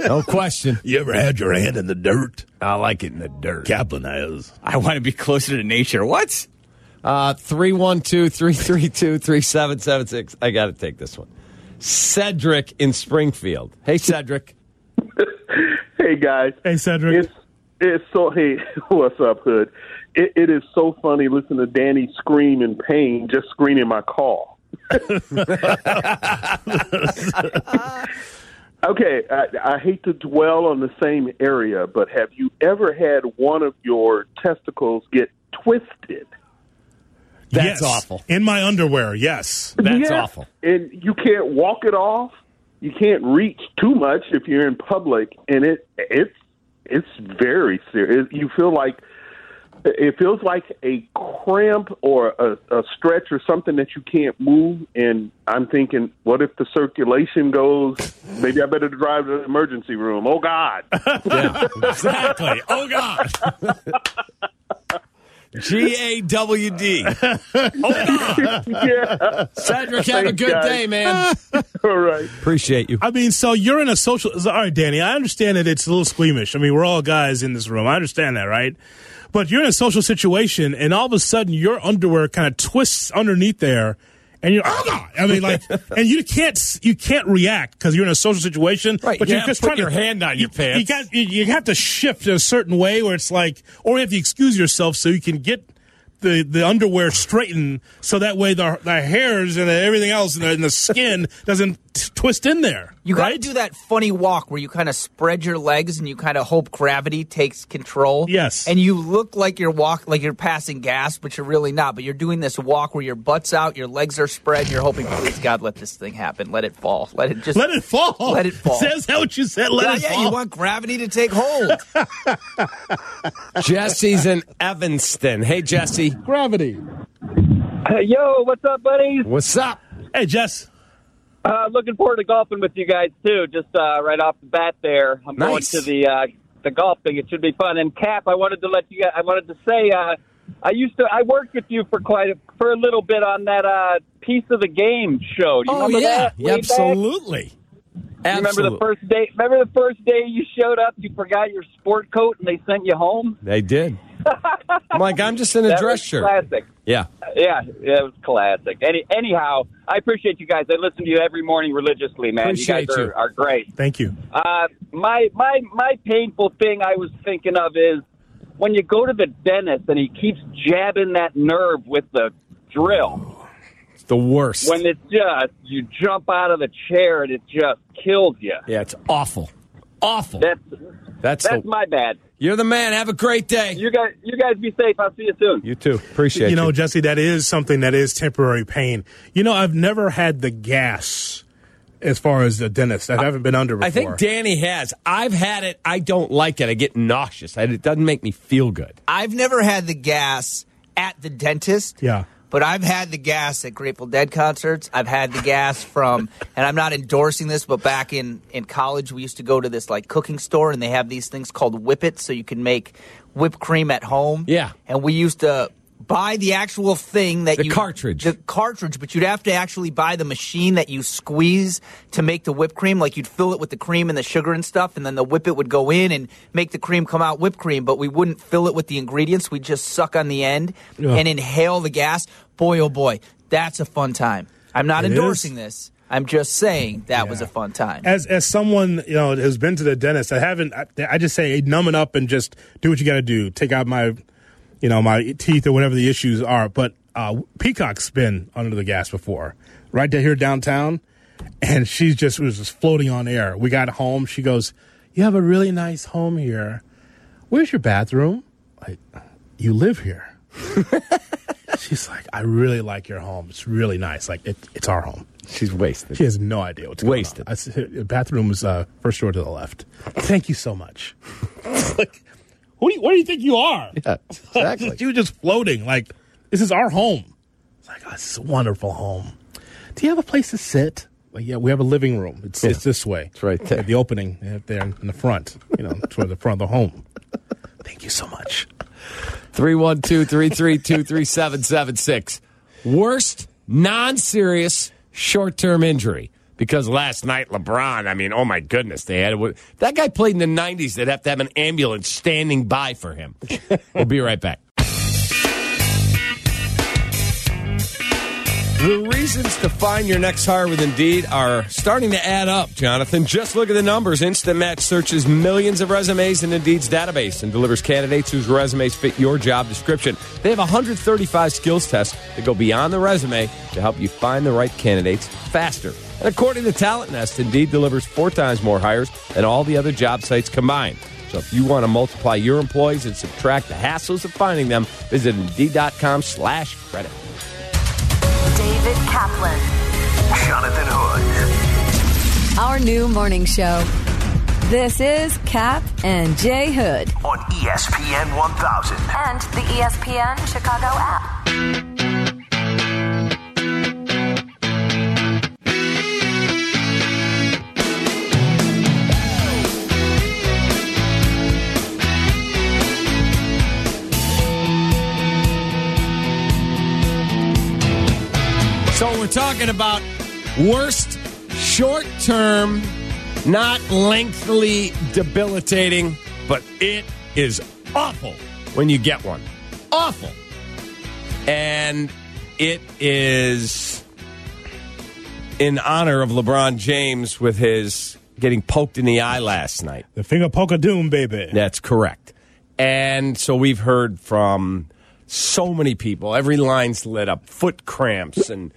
[SPEAKER 2] No question.
[SPEAKER 3] You ever had your hand in the dirt?
[SPEAKER 2] I like it in the dirt.
[SPEAKER 3] Kaplan has.
[SPEAKER 5] I want to be closer to nature. What?
[SPEAKER 2] Uh, 312 332 3776. I got to take this one. Cedric in Springfield. Hey, Cedric.
[SPEAKER 12] Hey guys,
[SPEAKER 3] Hey, Cedric.
[SPEAKER 12] it's it's so hey, *laughs* what's up, Hood? It, it is so funny listening to Danny scream in pain, just screening my call. *laughs* okay, I, I hate to dwell on the same area, but have you ever had one of your testicles get twisted?
[SPEAKER 2] That's
[SPEAKER 3] Yes.
[SPEAKER 2] awful.
[SPEAKER 3] In my underwear, yes.
[SPEAKER 2] That's
[SPEAKER 12] Yes,
[SPEAKER 2] awful.
[SPEAKER 12] And you can't walk it off. You can't reach too much if you're in public, and it it's it's very serious. You feel like it feels like a cramp or a, a stretch or something that you can't move. And I'm thinking, what if the circulation goes? Maybe I better drive to the emergency room. Oh God! *laughs*
[SPEAKER 3] Exactly. oh, God.
[SPEAKER 2] G A W D.
[SPEAKER 12] yeah. *laughs*
[SPEAKER 2] Cedric, have a
[SPEAKER 12] Thanks,
[SPEAKER 2] good
[SPEAKER 12] guys.
[SPEAKER 2] day, man.
[SPEAKER 12] All right.
[SPEAKER 2] Appreciate you.
[SPEAKER 3] I mean, so you're in a social. so- All right, Danny, I understand that it's a little squeamish. I mean, we're all guys in this room. I understand that, right? But you're in a social situation, and all of a sudden, your underwear kind of twists underneath there, and you're oh god! I mean,
[SPEAKER 2] *laughs*
[SPEAKER 3] like, and you can't s- you can't react because you're in a social situation,
[SPEAKER 2] Right,
[SPEAKER 3] But
[SPEAKER 2] you
[SPEAKER 3] you're
[SPEAKER 2] can't
[SPEAKER 3] just
[SPEAKER 2] put
[SPEAKER 3] trying
[SPEAKER 2] your
[SPEAKER 3] to
[SPEAKER 2] hand on your
[SPEAKER 3] you-
[SPEAKER 2] pants.
[SPEAKER 3] You got you, you have to shift in a certain way where it's like, or you have to excuse yourself so you can get. The, the underwear straightened so that way the, the hairs and everything else and the, and the skin *laughs* doesn't t- twist in there.
[SPEAKER 4] You got to
[SPEAKER 3] right?
[SPEAKER 4] do that funny walk where you kind of spread your legs and you kind of hope gravity takes control.
[SPEAKER 3] Yes.
[SPEAKER 4] And you look like you're walk like you're passing gas, but you're really not. But you're doing this walk where your butt's out, your legs are spread, and you're hoping, please God, let this thing happen. Let it fall. Let it just
[SPEAKER 3] Let it fall.
[SPEAKER 4] Let
[SPEAKER 3] *laughs*
[SPEAKER 4] it fall.
[SPEAKER 3] Says that what you said. Let
[SPEAKER 4] yeah,
[SPEAKER 3] it
[SPEAKER 4] yeah,
[SPEAKER 3] fall.
[SPEAKER 4] you want gravity to take hold.
[SPEAKER 2] Jesse's in Evanston. Hey, Jesse.
[SPEAKER 3] gravity.
[SPEAKER 8] Hey, yo, what's up, buddies?
[SPEAKER 2] What's up?
[SPEAKER 3] Hey, Jess.
[SPEAKER 8] Uh, looking forward to golfing with you guys too. Just uh, right off the bat, there, I'm going
[SPEAKER 2] Nice.
[SPEAKER 8] to the uh, the golf thing. It should be fun. And Cap, I wanted to let you. guys- I wanted to say, uh, I used to. I worked with you for quite a, for a little bit on that uh, piece of the game show. Do you
[SPEAKER 2] Oh,
[SPEAKER 8] remember that? way back?
[SPEAKER 2] absolutely.
[SPEAKER 8] You remember
[SPEAKER 2] Absolutely.
[SPEAKER 8] the first day? Remember the first day you showed up? You forgot your sport coat, and they sent you home.
[SPEAKER 2] They did. I'm like, I'm just in a
[SPEAKER 8] That
[SPEAKER 2] dress
[SPEAKER 8] was
[SPEAKER 2] shirt.
[SPEAKER 8] Classic.
[SPEAKER 2] Yeah.
[SPEAKER 8] Yeah, yeah, it was classic. Any, anyhow, I appreciate you guys. I listen to you every morning religiously, man. you
[SPEAKER 2] Appreciate
[SPEAKER 8] guys
[SPEAKER 2] you.
[SPEAKER 8] are, are great.
[SPEAKER 3] Thank you.
[SPEAKER 8] Uh, my my my painful thing I was thinking of is when you go to the dentist and he keeps jabbing that nerve with the drill.
[SPEAKER 2] It's the worst.
[SPEAKER 8] When it's just you jump out of the chair and it just kills you.
[SPEAKER 2] yeah, it's awful. Awful.
[SPEAKER 8] That's
[SPEAKER 2] that's
[SPEAKER 8] that's
[SPEAKER 2] the,
[SPEAKER 8] my bad.
[SPEAKER 2] You're the man. Have a great day.
[SPEAKER 8] You guys you guys be safe. I'll see you soon.
[SPEAKER 2] You too. Appreciate
[SPEAKER 3] You know, Jesse, that is something that is temporary pain. You know, I've never had the gas as far as the dentist. I, haven't been under before.
[SPEAKER 2] I think Danny has. I've had it. I don't like it. I get nauseous. I, it doesn't make me feel good.
[SPEAKER 4] I've never had the gas at the dentist.
[SPEAKER 3] Yeah.
[SPEAKER 4] But I've had the gas at Grateful Dead concerts. I've had the gas from, and I'm not endorsing this, but back in, in college, we used to go to this like cooking store and they have these things called whippets so you can make whipped cream at home. Yeah. And we used to buy the actual thing that you. cartridge. The cartridge, but you'd have to actually buy the machine that you squeeze to make the whipped cream. Like you'd fill it with the cream and the sugar and stuff, and then the whippet would go in and make the cream come out whipped cream, but we wouldn't fill it with the ingredients. We'd just suck on the end
[SPEAKER 13] Yeah.
[SPEAKER 4] and inhale the gas. Boy, oh boy, that's a fun time. I'm not
[SPEAKER 3] It
[SPEAKER 4] endorsing
[SPEAKER 3] is.
[SPEAKER 4] this. I'm just saying that was a fun time.
[SPEAKER 3] As as someone you know has been to the dentist, I haven't. I, I just say numb it up and just do what you got to do. Take out my, you know, my teeth or whatever the issues are. But uh, Peacock's been under the gas before, right down here downtown, and she just was just floating on air. We got home. She goes, "You have a really nice home here. Where's your bathroom? Like, you live here." *laughs* She's like, "I really like your home. It's really nice. Like it, it's our home."
[SPEAKER 2] She's wasted.
[SPEAKER 3] She has no idea what's wasted. Going on. I said, bathroom was uh, first door to the left. Thank you so much. *laughs* like, who do you, what do you think you are?
[SPEAKER 2] Yeah, exactly.
[SPEAKER 3] *laughs* you were just floating. Like this is our home. It's like "Oh, this is a wonderful home. Do you have a place to sit? Like, yeah, we have a living room. It's it's this way. It's
[SPEAKER 2] right there.
[SPEAKER 3] The opening uh, there in the front. You know, toward the front of the home. Thank you so much.
[SPEAKER 2] 312 332 3776. Worst non serious short term injury. Because last night, LeBron, I mean, oh my goodness, they had it. That guy played in the 90s. They'd have to have an ambulance standing by for him. we'll be right back. The reasons to find your next hire with Indeed are starting to add up, Jonathan. Just look at the numbers. Instant Match searches millions of resumes in Indeed's database and delivers candidates whose resumes fit your job description. They have 135 skills tests that go beyond the resume to help you find the right candidates faster. And according to Talent Nest, Indeed delivers four times more hires than all the other job sites combined. So if you want to multiply your employees and subtract the hassles of finding them, visit Indeed.com slash credit.
[SPEAKER 10] David Kaplan.
[SPEAKER 1] Jonathan Hood.
[SPEAKER 10] Our new morning show. This is Cap and Jay Hood.
[SPEAKER 1] On E ESPN 1000.
[SPEAKER 10] And the E ESPN Chicago app.
[SPEAKER 2] So we're talking about worst short term, not lengthily debilitating, but it is awful when you get one. Awful. And it is in honor of LeBron James with his getting poked in the eye last night.
[SPEAKER 3] The finger poke of doom, baby.
[SPEAKER 2] That's correct. And so we've heard from so many people. Every line's lit up. Foot cramps and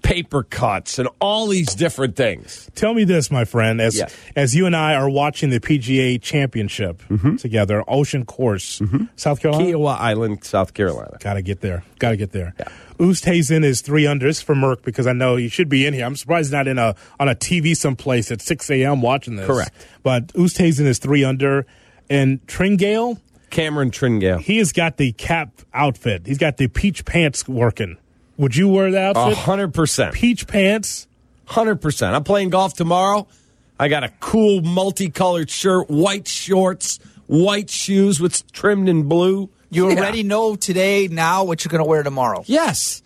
[SPEAKER 2] paper cuts and all these different things.
[SPEAKER 3] Tell me this, my friend, as
[SPEAKER 2] Yeah.
[SPEAKER 3] as you and I are watching the PGA Championship
[SPEAKER 2] Mm-hmm.
[SPEAKER 3] together, Ocean Course, South Carolina.
[SPEAKER 2] Kiowa Island, South Carolina.
[SPEAKER 3] Gotta get there. Gotta get there. Oosthuizen is three unders for Merck because I know he should be in here. I'm surprised he's not in a on a TV someplace at 6 a.m. watching this.
[SPEAKER 2] Correct.
[SPEAKER 3] But Oosthuizen is three under, and Tringale,
[SPEAKER 2] Cameron Tringale.
[SPEAKER 3] he has got the cap outfit. He's got the peach pants working. Would you wear that
[SPEAKER 2] A
[SPEAKER 3] outfit?
[SPEAKER 2] hundred percent.
[SPEAKER 3] Peach pants.
[SPEAKER 2] Hundred percent. I'm playing golf tomorrow. I got a cool multicolored shirt, white shorts, white shoes with trimmed in blue.
[SPEAKER 4] You
[SPEAKER 2] Yeah.
[SPEAKER 4] already know today, now, what you're going to wear tomorrow.
[SPEAKER 2] Yes.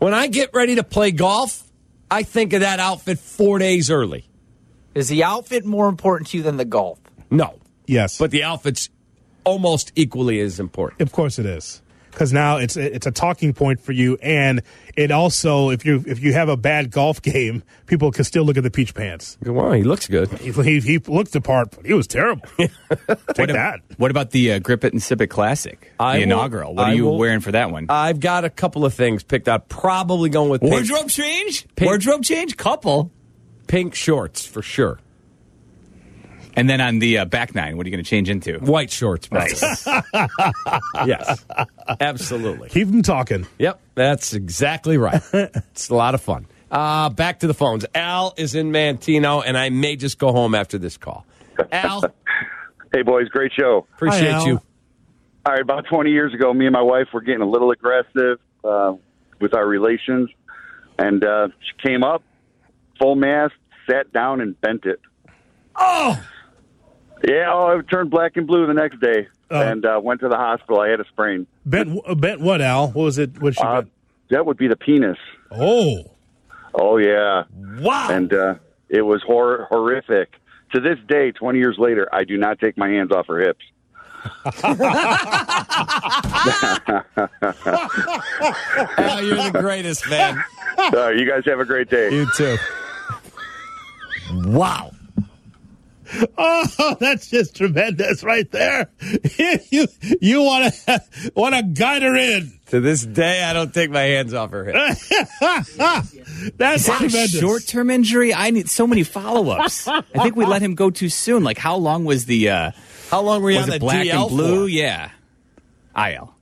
[SPEAKER 2] When I get ready to play golf, I think of that outfit four days early.
[SPEAKER 4] Is the outfit more important to you than the golf?
[SPEAKER 2] No.
[SPEAKER 3] Yes.
[SPEAKER 2] But the outfit's almost equally as important.
[SPEAKER 3] Of course it is. Because now it's it's a talking point for you, and it also if you if you have a bad golf *laughs* game, people can still look at the peach pants.
[SPEAKER 2] Wow, he looks good.
[SPEAKER 3] He, he, he looked the part, but he was terrible. Take that.
[SPEAKER 5] What about the uh, Grip It and Sip It Classic,
[SPEAKER 2] I
[SPEAKER 5] the
[SPEAKER 2] will-
[SPEAKER 5] inaugural? What
[SPEAKER 2] I
[SPEAKER 5] are you
[SPEAKER 2] will-
[SPEAKER 5] wearing for that one?
[SPEAKER 2] I've got a couple of things picked out. Probably going with pink,
[SPEAKER 5] Wardrobe change,
[SPEAKER 2] Pink.
[SPEAKER 5] wardrobe change, couple.
[SPEAKER 2] pink shorts for sure.
[SPEAKER 5] And then on the uh, back nine, what are you going to change into?
[SPEAKER 2] White shorts. probably.
[SPEAKER 5] Nice. *laughs*
[SPEAKER 2] yes. Absolutely.
[SPEAKER 3] Keep him talking.
[SPEAKER 2] Yep. That's exactly right. it's a lot of fun. Uh, back to the phones. Al is in Mantino, and I may just go home after this call.
[SPEAKER 5] *laughs*
[SPEAKER 2] Al,
[SPEAKER 14] Hey, boys, great show.
[SPEAKER 2] appreciate
[SPEAKER 3] Al.
[SPEAKER 2] you.
[SPEAKER 14] All right, about 20 years ago, me and my wife were getting a little aggressive. Uh, with our relations, and uh, she came up full mast, sat down, and bent it.
[SPEAKER 3] Oh,
[SPEAKER 14] yeah! Oh, it turned black and blue the next day, and uh, went to the hospital. I had a sprain.
[SPEAKER 3] Bent, uh, bent what, Al? What was it? What she
[SPEAKER 14] Uh,
[SPEAKER 3] bent?
[SPEAKER 14] That would be the penis.
[SPEAKER 3] Oh,
[SPEAKER 14] Oh yeah!
[SPEAKER 3] Wow!
[SPEAKER 14] And uh, it was hor- horrific. To this day, twenty years later, I do not take my hands off her hips.
[SPEAKER 2] Oh, you're the greatest,
[SPEAKER 5] *laughs*
[SPEAKER 2] man.
[SPEAKER 14] Uh, you guys have a great day.
[SPEAKER 2] You too. Wow.
[SPEAKER 3] *laughs* Oh, that's just tremendous right there. *laughs* you you *laughs* want to want to guide her in.
[SPEAKER 2] To this day, I don't take my hands off her head.
[SPEAKER 3] That's
[SPEAKER 5] Is that a
[SPEAKER 3] tremendous.
[SPEAKER 5] short-term injury. I need so many follow-ups. I think we let him go too soon. Like, how long was the? uh
[SPEAKER 2] How long were you
[SPEAKER 5] was
[SPEAKER 2] on
[SPEAKER 5] it
[SPEAKER 2] the
[SPEAKER 5] black
[SPEAKER 2] DL
[SPEAKER 5] and blue?
[SPEAKER 2] for?
[SPEAKER 5] Yeah, IL.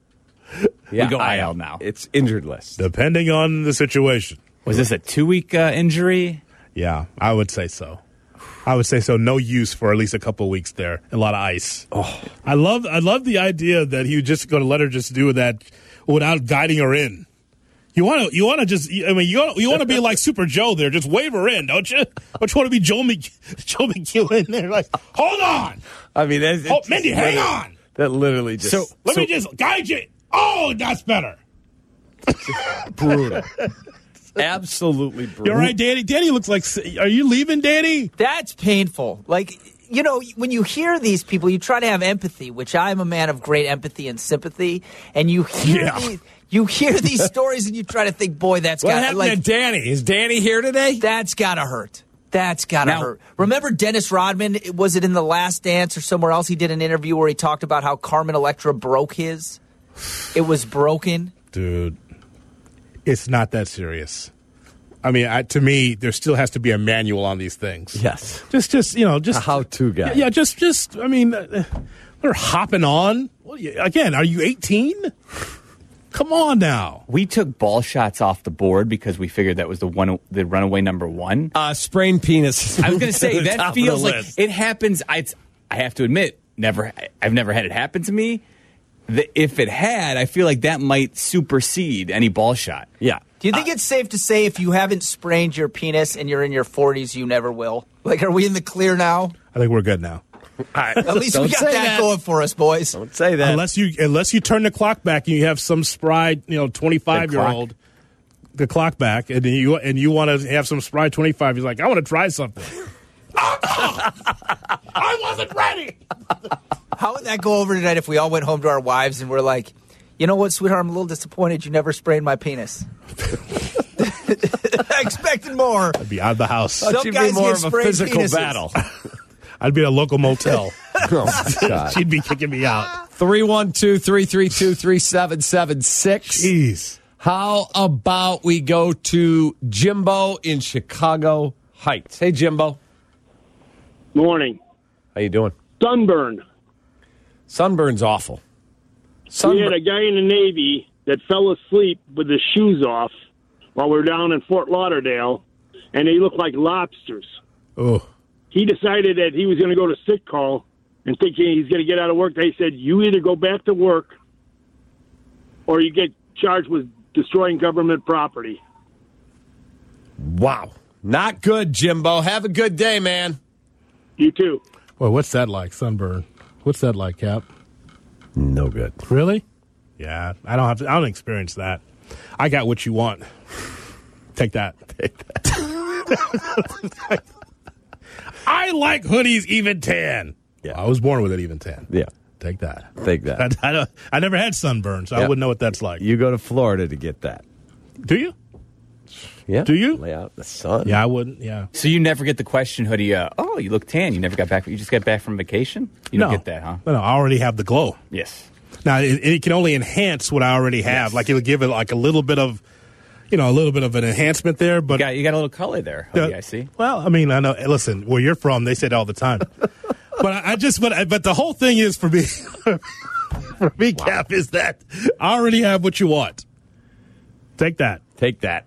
[SPEAKER 2] Yeah,
[SPEAKER 5] we go
[SPEAKER 2] IL.
[SPEAKER 5] IL now.
[SPEAKER 2] It's injured list.
[SPEAKER 3] Depending on the situation.
[SPEAKER 5] Was this a two-week uh, injury?
[SPEAKER 3] Yeah, I would say so. I would say so. No use for at least a couple weeks there. A lot of ice. Oh, I love I love the idea that he was just going to let her just do that without guiding her in. You want to you want to just I mean you wanna, you want to *laughs* be like Super Joe there. Just wave her in, don't you? Don't you want to be Joe Mc, *laughs* Joe McEwen there? Like, hold on.
[SPEAKER 2] I mean, that's,
[SPEAKER 3] Oh, Mindy, hang on.
[SPEAKER 2] That literally *laughs* just
[SPEAKER 5] So-
[SPEAKER 3] Let me just guide you. Oh, that's better.
[SPEAKER 2] *laughs* brutal. Absolutely brutal.
[SPEAKER 3] You're right, Danny. Danny looks like. Are you leaving, Danny?
[SPEAKER 4] That's painful. Like, you know, when you hear these people, you try to have empathy, which I'm a man of great empathy and sympathy. And you hear
[SPEAKER 2] Yeah.
[SPEAKER 4] these, you hear
[SPEAKER 2] *laughs*
[SPEAKER 4] these stories, and you try to think, boy, that's
[SPEAKER 2] What
[SPEAKER 4] got
[SPEAKER 2] happened
[SPEAKER 4] like
[SPEAKER 2] to Danny? Is Danny here today?
[SPEAKER 4] that's gotta hurt. That's gotta
[SPEAKER 5] Now-
[SPEAKER 4] hurt. Remember Dennis Rodman? Was it in The Last Dance or somewhere else? He did an interview where he talked about how Carmen Electra broke his. It was broken.
[SPEAKER 3] dude it's not that serious i mean I, to me there still has to be a manual on these things
[SPEAKER 2] Yes.
[SPEAKER 3] just just you know just
[SPEAKER 2] A how-to guy.
[SPEAKER 3] yeah just just i mean uh, uh, they're hopping on What are you- again are you 18 come on now
[SPEAKER 5] We took ball shots off the board because we figured that was the one, the runaway number one.
[SPEAKER 2] Uh, sprained penis.
[SPEAKER 5] I was
[SPEAKER 2] *laughs*
[SPEAKER 5] going to say
[SPEAKER 2] Top
[SPEAKER 5] that
[SPEAKER 2] of the
[SPEAKER 5] feels like
[SPEAKER 2] list.
[SPEAKER 5] it happens. I, it's- I have to admit, never. I- I've never had it happen to me. The, if it had, I feel like that might supersede any ball shot.
[SPEAKER 2] Yeah.
[SPEAKER 4] Do you think it's safe to say if you haven't sprained your penis and you're in your 40s, you never will? Like, are we in the clear now?
[SPEAKER 3] i think we're good now
[SPEAKER 4] At least we
[SPEAKER 2] Don't
[SPEAKER 4] got
[SPEAKER 2] say
[SPEAKER 4] that,
[SPEAKER 2] that.
[SPEAKER 4] going for us, boys.
[SPEAKER 2] Don't say that.
[SPEAKER 3] unless you unless you turn the clock back and you have some spry you know 25 year old the clock back and then you and you want to have some spry 25 he's like i want to try
[SPEAKER 2] *laughs*
[SPEAKER 3] something *laughs* i wasn't ready
[SPEAKER 4] How would that go over tonight if we all went home to our wives and we're like, you know what, sweetheart, I'm a little disappointed you never sprained my
[SPEAKER 2] *laughs*
[SPEAKER 4] penis. *laughs* I expected more.
[SPEAKER 3] be out of the house
[SPEAKER 2] Thought
[SPEAKER 4] Some
[SPEAKER 2] you'd
[SPEAKER 4] guys
[SPEAKER 2] be more
[SPEAKER 4] get
[SPEAKER 2] of a
[SPEAKER 4] sprained
[SPEAKER 2] physical
[SPEAKER 4] penises.
[SPEAKER 2] *laughs* battle.
[SPEAKER 3] I'd be at a local motel.
[SPEAKER 2] oh, God.
[SPEAKER 3] She'd be kicking me out.
[SPEAKER 2] 312 332 3776.
[SPEAKER 3] Jeez.
[SPEAKER 2] How about we go to Jimbo in Chicago Heights? Hey, Jimbo.
[SPEAKER 13] Morning.
[SPEAKER 2] How you doing?
[SPEAKER 13] Sunburn.
[SPEAKER 2] Sunburn's awful.
[SPEAKER 13] we had
[SPEAKER 2] Sunburn.
[SPEAKER 13] a guy in the Navy that fell asleep with his shoes off while we were down in Fort Lauderdale, and they looked like lobsters.
[SPEAKER 3] Oh.
[SPEAKER 13] He decided that he was going to go to sick call and thinking he's going to get out of work. They said, You either go back to work or you get charged with destroying government property.
[SPEAKER 2] wow. Not good, Jimbo. Have a good day, man.
[SPEAKER 13] You too.
[SPEAKER 3] Well, what's that like, sunburn? What's that like, Cap?
[SPEAKER 2] No good.
[SPEAKER 3] Really? Yeah, I don't have. To, I don't experience that. I got what you want. Take that. Take that. *laughs* I like hoodies even tan.
[SPEAKER 2] Yeah.
[SPEAKER 3] I was born with it even tan.
[SPEAKER 2] Yeah.
[SPEAKER 3] Take that.
[SPEAKER 2] Take
[SPEAKER 3] I,
[SPEAKER 2] that.
[SPEAKER 3] I, don't, I never had sunburn, so I
[SPEAKER 2] Yeah.
[SPEAKER 3] wouldn't know what that's like.
[SPEAKER 2] You go to Florida to get that.
[SPEAKER 3] Do you?
[SPEAKER 2] Yeah.
[SPEAKER 3] Do you?
[SPEAKER 2] Lay out in the sun.
[SPEAKER 3] Yeah, I wouldn't. Yeah.
[SPEAKER 5] So you never get the question, hoodie. Uh, oh, you look tan. You never got back. You just got back from vacation. You don't
[SPEAKER 3] no.
[SPEAKER 5] get that, huh?
[SPEAKER 3] No, no, I already have the glow.
[SPEAKER 5] Yes.
[SPEAKER 3] Now it, it can only enhance what I already have. Like it'll give it like a little bit of, you know, a little bit of an enhancement there. But
[SPEAKER 5] You got, you got a little color there, hoodie.
[SPEAKER 3] uh,
[SPEAKER 5] I see.
[SPEAKER 3] Well, I mean, I know. Listen, where you're from, they said all the
[SPEAKER 5] *laughs*
[SPEAKER 3] time. but I, I just, but I, but the whole thing is for me, *laughs* for me, Cap is that I already have what you want. Take that.
[SPEAKER 2] Take that.